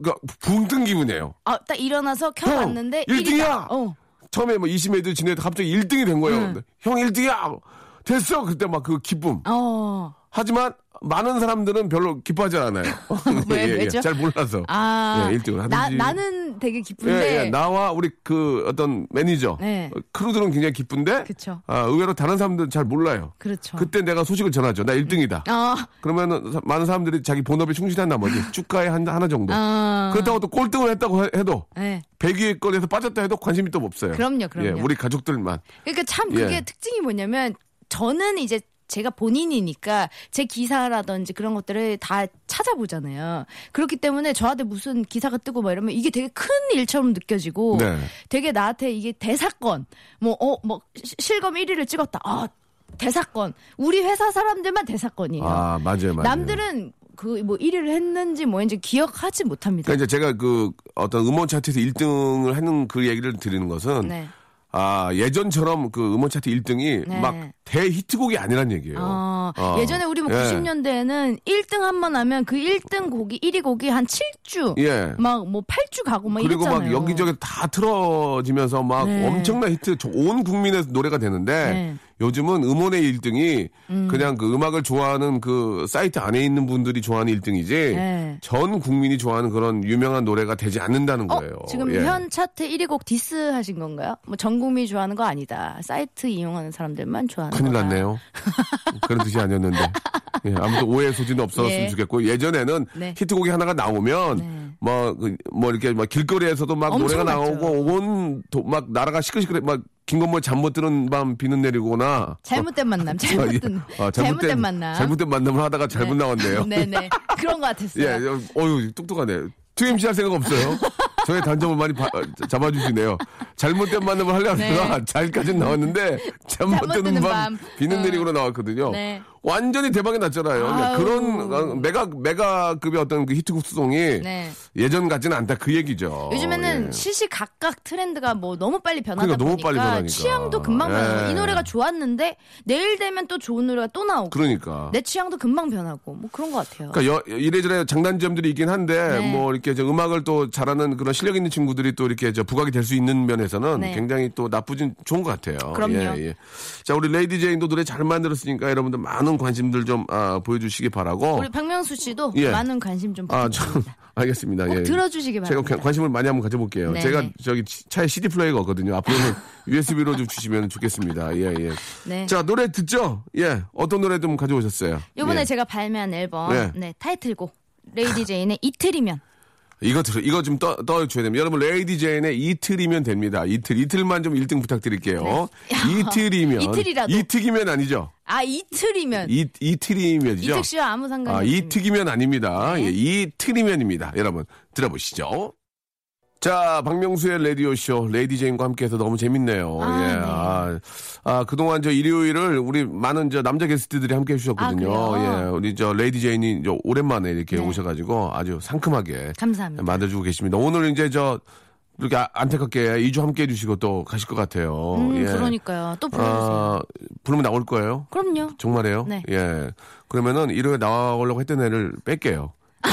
S1: 그니까, 붕뜬 기분이에요.
S2: 아 딱 일어나서 켜봤는데
S1: 형,
S2: 1위다.
S1: 일등이야!
S2: 어.
S1: 처음에 뭐 20회도 지내다 갑자기 1등이 된 거예요.
S2: 음.
S1: 근데 형 1등이야! 됐어! 그때 막 그 기쁨.
S2: 어.
S1: 하지만 많은 사람들은 별로 기뻐하지 않아요.
S2: <laughs>
S1: <laughs> 네, 예,
S2: 왜, 왜죠?
S1: 잘 몰라서.
S2: 아.
S1: 예, 1등을 하든지.
S2: 나 나는 되게 기쁜데.
S1: 예, 예, 나와 우리 그 어떤 매니저,
S2: 네.
S1: 어, 크루들은 굉장히 기쁜데,
S2: 그쵸.
S1: 아, 의외로 다른 사람들은 잘 몰라요.
S2: 그렇죠.
S1: 그때 내가 소식을 전하죠. 나 1등이다.
S2: 어.
S1: 그러면 사- 많은 사람들이 자기 본업에 충실한
S2: <laughs>
S1: 나머지 축가에 한, 하나 정도.
S2: 아.
S1: 그렇다고 또 꼴등을 했다고 해- 해도
S2: 네.
S1: 100위의 권에서 빠졌다 해도 관심이 또 없어요.
S2: 그럼요, 그럼요.
S1: 예, 우리 가족들만.
S2: 그러니까 참 그게
S1: 예.
S2: 특징이 뭐냐면 저는 이제 제가 본인이니까 제 기사라든지 그런 것들을 다 찾아보잖아요. 그렇기 때문에 저한테 무슨 기사가 뜨고 막 이러면 이게 되게 큰 일처럼 느껴지고
S1: 네.
S2: 되게 나한테 이게 대사건 뭐 어 뭐 실검 1위를 찍었다. 아 대사건 우리 회사 사람들만 대사건이에요.
S1: 아, 맞아요, 맞아요.
S2: 남들은 그 뭐 1위를 했는지 뭐인지 기억하지 못합니다.
S1: 그러니까 이제 제가 그 어떤 음원 차트에서 1등을 하는 그 얘기를 드리는 것은
S2: 네.
S1: 아, 예전처럼 그 음원 차트 1등이
S2: 네.
S1: 막 대히트곡이 아니란 얘기예요.
S2: 어,
S1: 어.
S2: 예전에 우리 뭐
S1: 예.
S2: 90년대에는 1등 한 번 하면 그 1등 곡이 1위 곡이 한 7주
S1: 예.
S2: 막 뭐 8주 가고 막
S1: 그리고
S2: 이랬잖아요.
S1: 막 여기저기 다 틀어지면서 막
S2: 네.
S1: 엄청난 히트 저- 온 국민의 노래가 되는데
S2: 네.
S1: 요즘은 음원의 1등이 그냥 그 음악을 좋아하는 그 사이트 안에 있는 분들이 좋아하는 1등이지
S2: 네.
S1: 전 국민이 좋아하는 그런 유명한 노래가 되지 않는다는
S2: 어,
S1: 거예요.
S2: 지금
S1: 예.
S2: 현 차트 1위 곡 디스 하신 건가요? 뭐 전 국민이 좋아하는 거 아니다. 사이트 이용하는 사람들만 좋아하는
S1: 큰일
S2: 거다.
S1: 났네요. 그런 뜻이 아니었는데. 예, 아무튼 오해 소지는 없었으면
S2: 예.
S1: 좋겠고 예전에는
S2: 네.
S1: 히트곡이 하나가 나오면
S2: 네.
S1: 뭐뭐 이렇게 막 길거리에서도 막 노래가
S2: 엄청
S1: 나오고 온 막 나라가 시끌시끌해 막 김건모 잠 못 드는 밤 비는 내리고나 <laughs>
S2: 잘못된 만남, 잘못된
S1: 아,
S2: 잘못된 만남.
S1: 잘못된 만남을 하다가 잘못 나왔네요.
S2: <laughs> 네네 그런 거 같았어요.
S1: 예, 어, 어유 똑똑하네. 투임시 할 생각 없어요. 저의 단점을 많이 바- 잡아주시네요. 잘못된 만남을 하려다가 잘까지는 나왔는데
S2: 네. 잘못
S1: 잘못된 밤,
S2: 드는 밤.
S1: 비는
S2: 어.
S1: 내리고로 나왔거든요.
S2: 네.
S1: 완전히 대박이 났잖아요. 그러니까
S2: 아유.
S1: 그런 어, 메가 메가급의 어떤 그 히트곡 수송이
S2: 네.
S1: 예전 같지는 않다 그 얘기죠.
S2: 요즘에는
S1: 예.
S2: 시시각각 트렌드가 뭐 너무 빨리 변하다
S1: 그러니까 너무
S2: 보니까
S1: 빨리 변하니까.
S2: 취향도 금방
S1: 예.
S2: 변하고 이 노래가 좋았는데 내일 되면 또 좋은 노래가 또 나오고
S1: 그러니까.
S2: 내 취향도 금방 변하고 뭐 그런 것 같아요.
S1: 그러니까 여- 이래저래 장단점들이 있긴 한데
S2: 네.
S1: 뭐 이렇게 저 음악을 또 잘하는 그런 실력 있는 친구들이 또 이렇게 저 부각이 될 수 있는 면에서는
S2: 네.
S1: 굉장히 또 나쁘진 좋은 것 같아요.
S2: 그럼요.
S1: 예, 예. 자 우리 레이디 제인도 노래 잘 만들었으니까 여러분들 많은 관심들 좀 아, 보여주시기 바라고.
S2: 우리 박명수 씨도
S1: 예.
S2: 많은 관심 좀
S1: 아, 좀
S2: 부탁드립니다.
S1: <laughs> 알겠습니다.
S2: 꼭
S1: 예.
S2: 들어주시기
S1: 제가
S2: 바랍니다.
S1: 관- 관심을 많이 한번 가져볼게요.
S2: 네.
S1: 제가 저기 치- 차에 CD 플레이어가 없거든요. 앞으로는 <laughs> USB로 좀 주시면 좋겠습니다. 예, 예.
S2: 네.
S1: 자, 노래 듣죠? 예. 어떤 노래 좀 가져오셨어요?
S2: 이번에
S1: 예.
S2: 제가 발매한 앨범
S1: 네.
S2: 네. 타이틀곡 레이디 제인의 이틀이면
S1: 이거 들 이거 좀 떠, 떠줘야 됩니다. 여러분, 레이디 제인의 이틀이면 됩니다. 이틀, 이틀만 좀 1등 부탁드릴게요.
S2: <laughs>
S1: 이틀이면.
S2: 네. 이틀이라도.
S1: 이특이면 아니죠.
S2: 아 이틀이면
S1: 이, 이틀이면이죠.
S2: 이특 씨와 네. 아무 상관이
S1: 아,
S2: 없습니다.
S1: 이특이면 아닙니다. 예, 이틀이면입니다. 여러분, 들어보시죠. 자, 박명수의 라디오쇼, 레이디 제인과 함께해서 너무 재밌네요.
S2: 아,
S1: 예.
S2: 네.
S1: 아, 아, 그동안 저 일요일을 우리 많은 저 남자 게스트들이 함께 해주셨거든요.
S2: 아, 그래요?
S1: 예. 우리 저 레이디 제인이 저 오랜만에 이렇게
S2: 네.
S1: 오셔가지고 아주 상큼하게
S2: 감사합니다.
S1: 만들어주고 계십니다. 오늘 이제 저 이렇게 아- 안타깝게 2주 함께 해주시고 또 가실 것 같아요.
S2: 음,
S1: 예.
S2: 그러니까요. 또 불러주세요.
S1: 아, 부르면 나올 거예요?
S2: 그럼요.
S1: 정말이에요?
S2: 네.
S1: 예. 그러면은 일요일에
S2: <laughs>
S1: 나오려고 했던 애를 뺄게요. 예.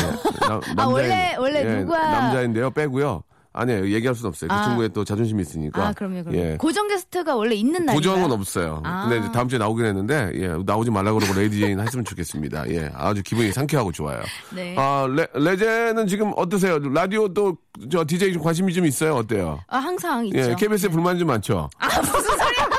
S1: 나- 남자인-
S2: 아, 원래- 원래 누가-
S1: 남자인데요. 빼고요. 아니에요. 얘기할 수는 없어요. 그
S2: 아.
S1: 친구의 또 자존심이 있으니까.
S2: 아, 그럼요, 그럼요.
S1: 예.
S2: 고정 게스트가 원래 있는 날인가요?
S1: 고정은 없어요.
S2: 아.
S1: 근데 이제 다음 주에 나오긴 했는데 예, 나오지 말라고 그러고 레이디 제인 했으면 좋겠습니다. 예, 아주 기분이 상쾌하고 좋아요.
S2: 네. 아.
S1: 아, 레, 레제는 지금 어떠세요? 라디오 또 저 DJ 좀 관심이 좀 있어요. 어때요?
S2: 아, 항상 있죠. 네.
S1: 예, KBS에 불만이 좀 많죠?
S2: 아, 무슨 소리야?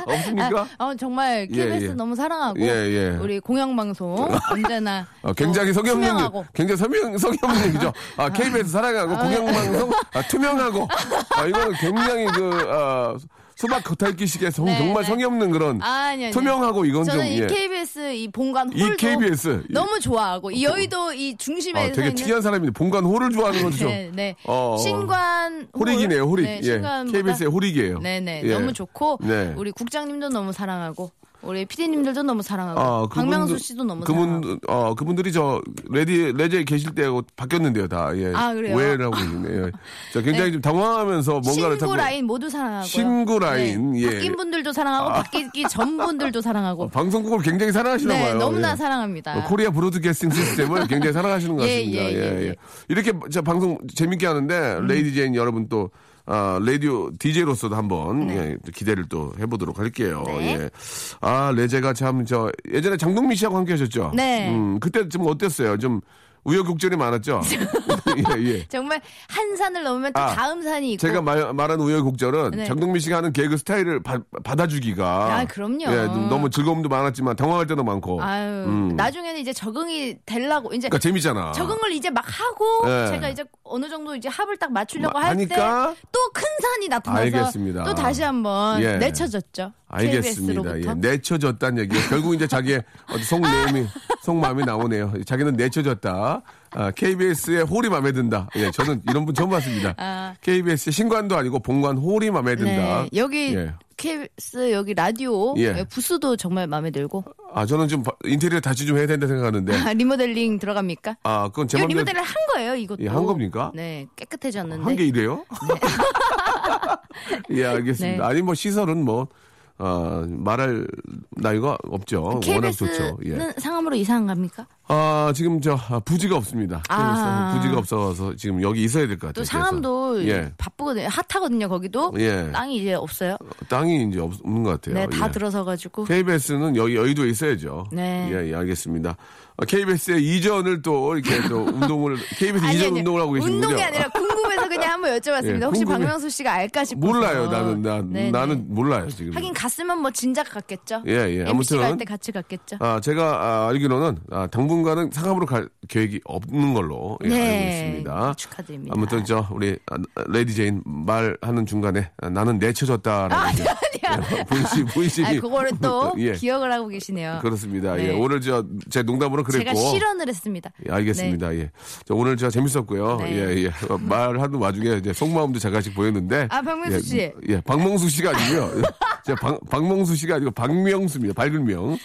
S1: <laughs> 없습니까?
S2: 어, 정말 KBS
S1: 예.
S2: 너무 사랑하고
S1: 예, 예.
S2: 우리 공영방송
S1: <laughs>
S2: 언제나
S1: 어, 굉장히
S2: 또
S1: 성의 없는,
S2: 투명하고
S1: 얘기- 굉장히 성의, 성의 없는 얘기죠. 아, KBS 사랑하고, 공영방송,
S2: 네.
S1: 아, 투명하고. 아, 이거는 굉장히 그, 아, 수박 겉핥기식의 성,
S2: 네,
S1: 정말
S2: 네.
S1: 성의 없는 그런
S2: 아, 아니, 아니.
S1: 투명하고 이건 좀,
S2: 저는 이
S1: 예.
S2: KBS 이 본관
S1: 이
S2: 홀도
S1: KBS.
S2: 너무 좋아하고 이 여의도 이 중심에
S1: 어, 아,
S2: 서
S1: 되게
S2: 있는
S1: 특이한 사람인데, 본관 호를 좋아하는 건죠
S2: 네, 네.
S1: 어, 어.
S2: 신관 홀.
S1: 호릭이네요, 호릭.
S2: 네,
S1: 예.
S2: 신관보다-
S1: KBS의 호릭이에요.
S2: 네, 네.
S1: 예.
S2: 너무 좋고
S1: 네.
S2: 우리 국장님도 너무 사랑하고 우리 PD님들도 너무 사랑하고
S1: 아, 그분들-
S2: 박명수 씨도 너무 사랑하고.
S1: 그분 어 그분들이 저 레디 레제에 계실 때하고 바뀌었는데요 다 예.
S2: 아, 그래요?
S1: 오해라고 있네요. 저 굉장히 좀 당황하면서 뭔가를
S2: 신구
S1: 자꾸-
S2: 라인 모두 사랑하고
S1: 신구 라인, 예. 아.
S2: 바뀐 분들도 사랑하고 바뀌기 전 분들도 사랑하고
S1: 방송국을 굉장히 사랑하시나
S2: 네
S1: 봐요.
S2: 너무나
S1: 예.
S2: 사랑합니다.
S1: 어, 코리아 브로드캐스팅 시스템을 굉장히 사랑하시는 것
S2: <laughs> 예,
S1: 같습니다.
S2: 예,
S1: 예,
S2: 예, 음.
S1: 예.
S2: 예.
S1: 이렇게 저 방송 재밌게 하는데 레이디 제인 여러분 또 아, 라디오 DJ로서도 한번 예, 또 기대를 또 해보도록 할게요.
S2: 네.
S1: 예. 아, 레제가 참 저 예전에 장동민 씨하고 함께 하셨죠?
S2: 네.
S1: 음, 그때 좀 어땠어요? 좀 우여곡절이
S2: <laughs>
S1: 많았죠? <laughs> 예, 예.
S2: 정말 한 산을 넘으면 또
S1: 아,
S2: 다음 산이 있고
S1: 제가 말, 말한 우여곡절은
S2: 네.
S1: 장동민 씨가 하는 개그 스타일을 받- 받아주기가
S2: 아, 그럼요.
S1: 예, 좀 너무 즐거움도 많았지만 당황할 때도 많고 음.
S2: 아유 나중에는 이제 적응이 되려고 이제
S1: 그러니까 재밌잖아.
S2: 적응을 이제 막 하고
S1: 예.
S2: 제가 이제 어느 정도 이제 합을 딱 맞추려고
S1: 마-
S2: 할 때 또
S1: 뭐 하니까?
S2: 큰 산이 나타나서
S1: 알겠습니다.
S2: 또 다시 한번
S1: 예.
S2: 내쳐졌죠.
S1: 알겠습니다.
S2: KBS로부터.
S1: 예, 내쳐졌다는 얘기. 결국 이제 자기의 어떤 속내음이,
S2: 아!
S1: 속마음이 나오네요. 자기는 내쳐졌다. 아, KBS의 홀이 마음에 든다. 예, 저는 이런 분 처음 봤습니다. KBS의 신관도 아니고 본관 홀이 마음에 든다.
S2: 아. 네, 여기
S1: 예.
S2: KBS 여기 라디오
S1: 예.
S2: 예, 부스도 정말 마음에 들고 <laughs>
S1: 아, 저는 좀 바- 인테리어 다시 좀 해야 된다 생각하는데.
S2: 아, 리모델링 들어갑니까?
S1: 아, 그건 제
S2: 이거
S1: 맘대로
S2: 리모델링 한 거예요, 이것도.
S1: 예, 한 겁니까?
S2: 네, 깨끗해졌는데.
S1: 한 게 이래요? <laughs> 예, 알겠습니다.
S2: 네.
S1: 아니, 뭐, 시설은 뭐, 어, 말할 나이가 없죠. 워낙 좋죠. 예.
S2: KBS는 상암으로 이사한 겁니까?
S1: 아 지금 저 아, 부지가 없습니다.
S2: 아.
S1: 그래서 부지가 없어서 지금 여기 있어야 될 것 같아요.
S2: 또 상암도
S1: 그래서. 예.
S2: 바쁘거든요. 핫하거든요, 거기도.
S1: 예.
S2: 땅이 이제 없어요.
S1: 땅이 이제 없, 는것 같아요.
S2: 네, 다
S1: 예.
S2: 들어서가지고.
S1: KBS는 여기 여의도에 있어야죠.
S2: 네.
S1: 예, 예, 알겠습니다. KBS의 이전을 또 이렇게
S2: <laughs>
S1: 또 운동을 KBS
S2: 아니,
S1: 이전
S2: 아니,
S1: 운동을 하고 계시군요.
S2: 운동이 아니라 궁금해서 그냥 한번 여쭤봤습니다.
S1: 예,
S2: 혹시
S1: 궁금해.
S2: 박명수 씨가 알까 싶어서.
S1: 아, 몰라요. 나는 나,
S2: 네, 네.
S1: 나는 몰라요 지금.
S2: 하긴 갔으면 뭐 진작 갔겠죠.
S1: 예, 예.
S2: MC 갈
S1: 아무튼.
S2: 때 같이 갔겠죠.
S1: 아, 제가 아, 알기로는 아, 당분간은 상암으로 갈 계획이 없는 걸로 예, 알고 있습니다.
S2: 네. 축하드립니다.
S1: 아무튼 저 우리 아, 레이디 제인 말하는 중간에 아, 나는 내쳐졌다라는
S2: 아,
S1: 게
S2: 아니야.
S1: 그러니까 <laughs> 본심 본심이
S2: 아, 그거를 또
S1: 뭐 <laughs> 예,
S2: 기억을 하고 계시네요.
S1: 그렇습니다.
S2: 네.
S1: 예, 오늘 저 제 농담으로 그랬고
S2: 제가 실언을 했습니다.
S1: 예, 알겠습니다. 예. 저 오늘 저 재밌었고요.
S2: 네.
S1: 예, 예. 어, 말하는 와중에 이제 속마음도 잠깐씩 보였는데.
S2: 아, 박명수
S1: 예,
S2: 씨.
S1: 예, 박명수 씨가 아니고요.
S2: <laughs>
S1: 제가 박, 박명수 씨가 아니고 박명수입니다. 밝은 명.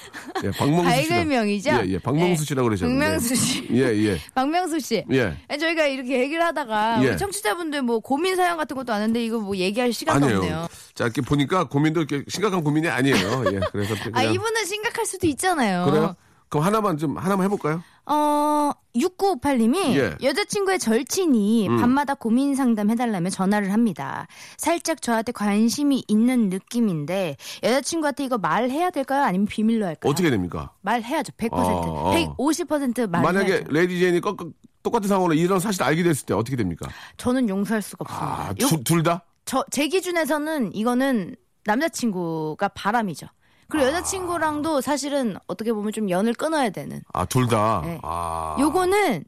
S1: 예, 박명수 씨라고.
S2: 밝은 명이죠?
S1: 예, 예. 박명수
S2: 네.
S1: 씨라고 그러셨는데.
S2: 박명수 씨.
S1: 예, 예.
S2: 박명수 씨.
S1: 예.
S2: 아니, 저희가 이렇게 얘기를 하다가
S1: 예.
S2: 우리 청취자분들 뭐 고민 사연 같은 것도 아는데 이거 뭐 얘기할 시간도 없네요.
S1: 아니에요. 자, 이렇게 보니까 고민도 이렇게 심각한 고민이 아니에요. 예. 그래서 그냥
S2: 아, 이분은 심각할 수도 있잖아요.
S1: 그래요? 그럼 하나만 좀 하나만 해 볼까요?
S2: 어, 6958님이
S1: 예. 음.
S2: 여자친구의 절친이 밤마다 고민 상담 해달라며 전화를 합니다. 살짝 저한테 관심이 있는 느낌인데 여자친구한테 이거 말해야 될까요? 아니면 비밀로 할까요?
S1: 어떻게 됩니까?
S2: 말해야죠. 100%.
S1: 어, 어.
S2: 150% 말해야죠.
S1: 만약에 레이디 제인이 꺾- 똑같은 상황으로 이런 사실 알게 됐을 때 어떻게 됩니까?
S2: 저는 용서할 수가 없습니다.
S1: 아,
S2: 요-
S1: 두- 둘 다?
S2: 저, 제 기준에서는 이거는 남자친구가 바람이죠. 그리고
S1: 아.
S2: 여자친구랑도 사실은 어떻게 보면 좀 연을 끊어야 되는.
S1: 아, 둘 다.
S2: 네.
S1: 아.
S2: 요거는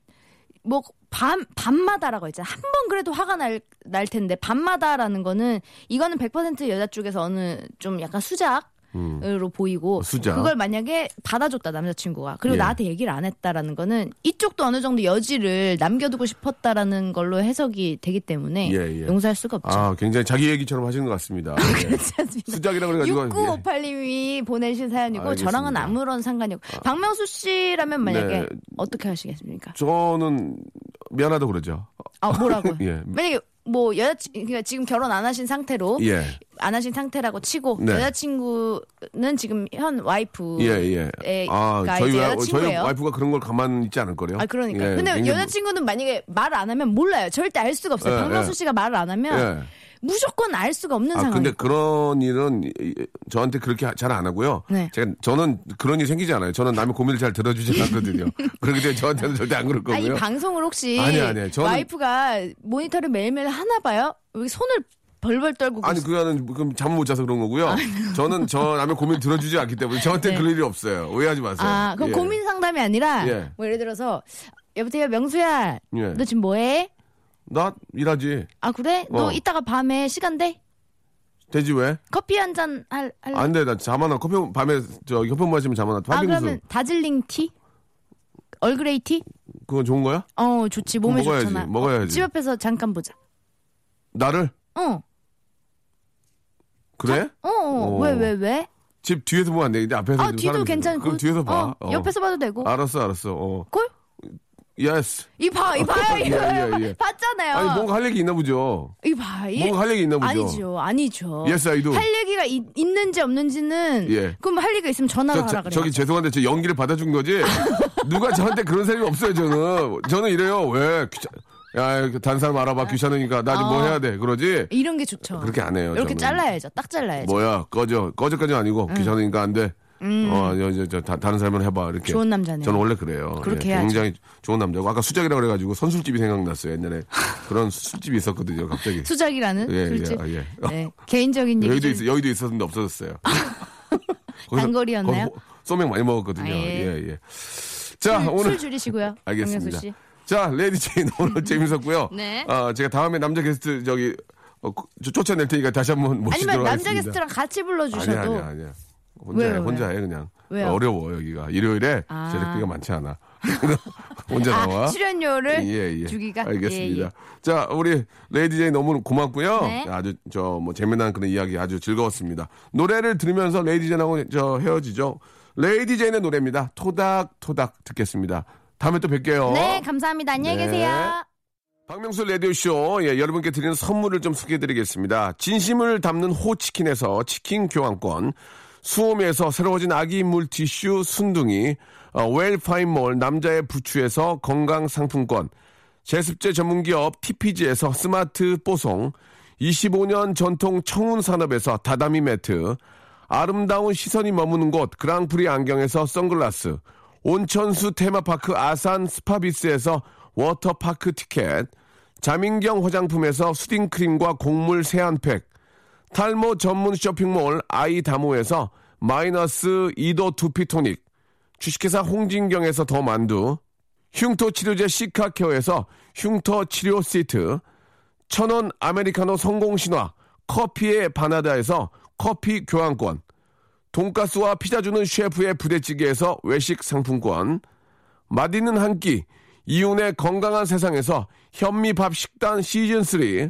S2: 뭐 밤, 밤마다라고 했잖아. 한 번 그래도 화가 날, 날 텐데, 밤마다라는 거는, 이거는 100% 여자 쪽에서 어느 좀 약간 수작? 으로
S1: 음.
S2: 보이고
S1: 어, 수작.
S2: 그걸 만약에 받아줬다 남자친구가 그리고
S1: 예.
S2: 나한테 얘기를 안 했다라는 거는 이쪽도 어느 정도 여지를 남겨두고 싶었다라는 걸로 해석이 되기 때문에
S1: 예, 예.
S2: 용서할 수가 없죠.
S1: 아, 굉장히 자기 얘기처럼 하시는 것 같습니다. 예.
S2: <laughs> 아, 그렇지 않습니까?
S1: 수작이라 그래가지고. 예.
S2: 6958님이 보내신 사연이고
S1: 알겠습니다.
S2: 저랑은 아무런 상관이 없고 박명수 씨라면 만약에
S1: 네.
S2: 어떻게 하시겠습니까?
S1: 저는 미안하다 그러죠.
S2: 아 뭐라고?
S1: <laughs>
S2: 요
S1: 예.
S2: 만약에 뭐 여자 그러니까 지금 결혼 안 하신 상태로
S1: 예.
S2: 안 하신 상태라고 치고
S1: 네.
S2: 여자친구는 지금 현 와이프.
S1: 예, 예.
S2: 에,
S1: 아,
S2: 그러니까
S1: 저희,
S2: 이제
S1: 와, 저희
S2: 여자친구예요.
S1: 와이프가 그런 걸 가만 있지 않을 거래요. 예,
S2: 아 그러니까.
S1: 요
S2: 근데 여자친구는 만약에 말을 안 하면 몰라요. 절대 알 수가 없어요.
S1: 예,
S2: 박명수
S1: 예.
S2: 씨가 말을 안 하면 무조건 알 수가 없는
S1: 아,
S2: 상황.
S1: 근데 그런 일은 이- 이- 저한테 그렇게 잘 안 하고요.
S2: 네.
S1: 제가 저는 그런 일이 생기지 않아요. 저는 남의 고민을 잘 들어주지
S2: <laughs>
S1: 않거든요. 그렇기 때문에 저한테는 절대 안 그럴
S2: 아, 이
S1: 거고요.
S2: 방송을 혹시
S1: 아니요, 아니요. 저는-
S2: 와이프가 모니터를 매일매일 하나 봐요? 왜 손을 벌벌 떨고
S1: 아니
S2: 계시-
S1: 그거는 그럼 잠 못 자서 그런 거고요. 저는 저 남의 고민 들어주지 않기 때문에 저한테
S2: 아, 네.
S1: 그럴 일이 없어요. 오해하지 마세요.
S2: 아, 그럼
S1: 예.
S2: 고민 상담이 아니라
S1: 예.
S2: 뭐 예를 들어서 여보세요 명수야
S1: 예.
S2: 너 지금 뭐해?
S1: 나 일하지.
S2: 아 그래?
S1: 어.
S2: 너 이따가 밤에 시간 돼?
S1: 되지 왜?
S2: 커피 한 잔 할? 할래?
S1: 안 돼. 나 잠안 와. 커피 밤에 저 협회 마시면 잠안 와.
S2: 네. 아
S1: 팥빙수.
S2: 그러면 다질링 티? 얼그레이 티?
S1: 그건 좋은 거야?
S2: 어 좋지 몸에
S1: 먹어야지,
S2: 좋잖아.
S1: 먹어야지.
S2: 어, 집 앞에서 잠깐 보자.
S1: 나를?
S2: 어.
S1: 그래? 오.
S2: 어왜왜 왜? 왜?
S1: 집 뒤에서 보면 안 돼. 근데 앞에서
S2: 아
S1: 좀
S2: 뒤도
S1: 사람이-
S2: 괜찮고.
S1: 그럼 뒤에서 봐.
S2: 어,
S1: 어.
S2: 옆에서 봐도 되고.
S1: 알았어, 알았어. 어.
S2: 콜?
S1: 예스.
S2: 이봐 이봐
S1: <laughs> 예,
S2: 이거
S1: 예, 예.
S2: 봤잖아요.
S1: 아니 뭔가 할 얘기 있나 보죠.
S2: 이봐 이
S1: 뭔가 할 얘기 있나 보죠.
S2: 어. 예? 아니죠 아니죠.
S1: Yes, I do.
S2: 할 얘기가 이- 있는지 없는지는
S1: 예.
S2: 그럼 할 얘기가 있으면 전화로
S1: 저,
S2: 하라
S1: 저,
S2: 그래.
S1: 저기 죄송한데 저 연기를 받아준 거지. 누가 저한테 그런 사람이 없어요. 저는 저는 이래요. 왜 귀찮? 야, 단 사람 알아봐 귀찮으니까 나 뭐
S2: 어.
S1: 해야 돼. 그러지.
S2: 이런 게 좋죠.
S1: 그렇게 안 해요,
S2: 이렇게
S1: 저는.
S2: 잘라야죠. 딱 잘라야죠.
S1: 뭐야 꺼져 꺼져까지는 아니고 귀찮으니까 안 돼. 어, 저, 저, 저, 다, 다른 사람을 해봐 이렇게.
S2: 음. 좋은 남자네요.
S1: 저는 원래 그래요.
S2: 그렇게
S1: 예,
S2: 해야죠.
S1: 굉장히 좋은 남자고 아까 수작이라 고 그래가지고 선술집이 생각났어요
S2: <laughs>
S1: 옛날에 그런 술집이 있었거든요 갑자기.
S2: 수작이라는
S1: 예, 예,
S2: 술집.
S1: 아, 예.
S2: 네, 개인적인 얘기
S1: 여의도
S2: 좀
S1: 있 여의도 있었는데 없어졌어요. 거기서-
S2: <laughs> 단골이었나요?
S1: 거기 소맥 많이 먹었거든요.
S2: 아,
S1: 예.
S2: 예.
S1: 예, 자
S2: 술,
S1: 오늘
S2: 술 줄이시고요.
S1: <laughs> 알겠습니다.
S2: 박명수 씨.
S1: 자, 레이디 제인
S2: <laughs>
S1: 오늘 재밌었고요.
S2: 네.
S1: 아, 제가 다음에 남자 게스트 저기 어, 꾸- 쫓- 쫓아낼 테니까 다시 한번 모시도록
S2: 아니면 남자
S1: 하겠습니다.
S2: 게스트랑 같이
S1: 아니
S2: 불러주셔도
S1: 아니 아니. 혼자
S2: 왜요,
S1: 해,
S2: 왜요?
S1: 혼자 해 그냥.
S2: 왜요?
S1: 어려워 여기가. 일요일에
S2: 아.
S1: 제작비가 많지 않아. <laughs> 혼자
S2: 아,
S1: 나와.
S2: 출연료를
S1: 예, 예.
S2: 주기가
S1: 알겠습니다.
S2: 예, 예.
S1: 자, 우리 레이디 제이 너무 고맙고요.
S2: 네.
S1: 아주 저 뭐 재미난 그런 이야기 아주 즐거웠습니다. 노래를 들으면서 레이디 제이하고 저 헤어지죠. 레이디 제인의 노래입니다. 토닥토닥 듣겠습니다. 다음에 또 뵐게요.
S2: 네 감사합니다. 안녕히
S1: 네.
S2: 계세요.
S1: 박명수 라디오쇼, 예, 여러분께 드리는 선물을 좀 소개해드리겠습니다. 진심을 담는 호치킨에서 치킨 교환권, 수홈에서 새로워진 아기 물티슈 순둥이, 어, 웰파인몰 남자의 부추에서 건강 상품권, 제습제 전문기업 TPG에서 스마트 뽀송, 25년 전통 청운산업에서 다다미 매트, 아름다운 시선이 머무는 곳 그랑프리 안경에서 선글라스 온천수 테마파크 아산 스파비스에서 워터파크 티켓 자민경 화장품에서 수딩크림과 곡물 세안팩 탈모 전문 쇼핑몰 아이다모에서 마이너스 2도 두피토닉 주식회사 홍진경에서 더 만두 흉터 치료제 시카케어에서 흉터 치료 시트 천원 아메리카노 성공신화 커피의 바나다에서 커피 교환권 돈가스와 피자 주는 셰프의 부대찌개에서 외식 상품권 맛있는 한 끼 이윤의 건강한 세상에서 현미밥 식단 시즌 3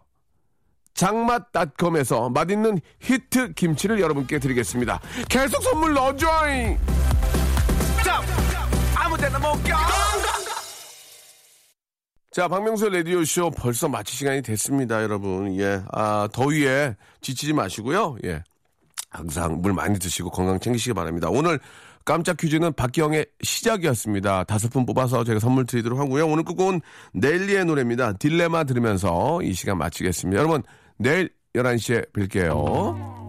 S1: 장맛닷컴에서 맛있는 히트 김치를 여러분께 드리겠습니다 계속 선물 넣어줘잉 자, 박명수 라디오쇼 벌써 마칠 시간이 됐습니다, 여러분. 예, 아, 더위에 지치지 마시고요. 예. 항상 물 많이 드시고 건강 챙기시기 바랍니다. 오늘 깜짝 퀴즈는 박기영의 시작이었습니다. 다섯 분 뽑아서 제가 선물 드리도록 하고요. 오늘 끝곡은 넬리의 노래입니다. 딜레마 들으면서 이 시간 마치겠습니다. 여러분, 내일 11시에 뵐게요.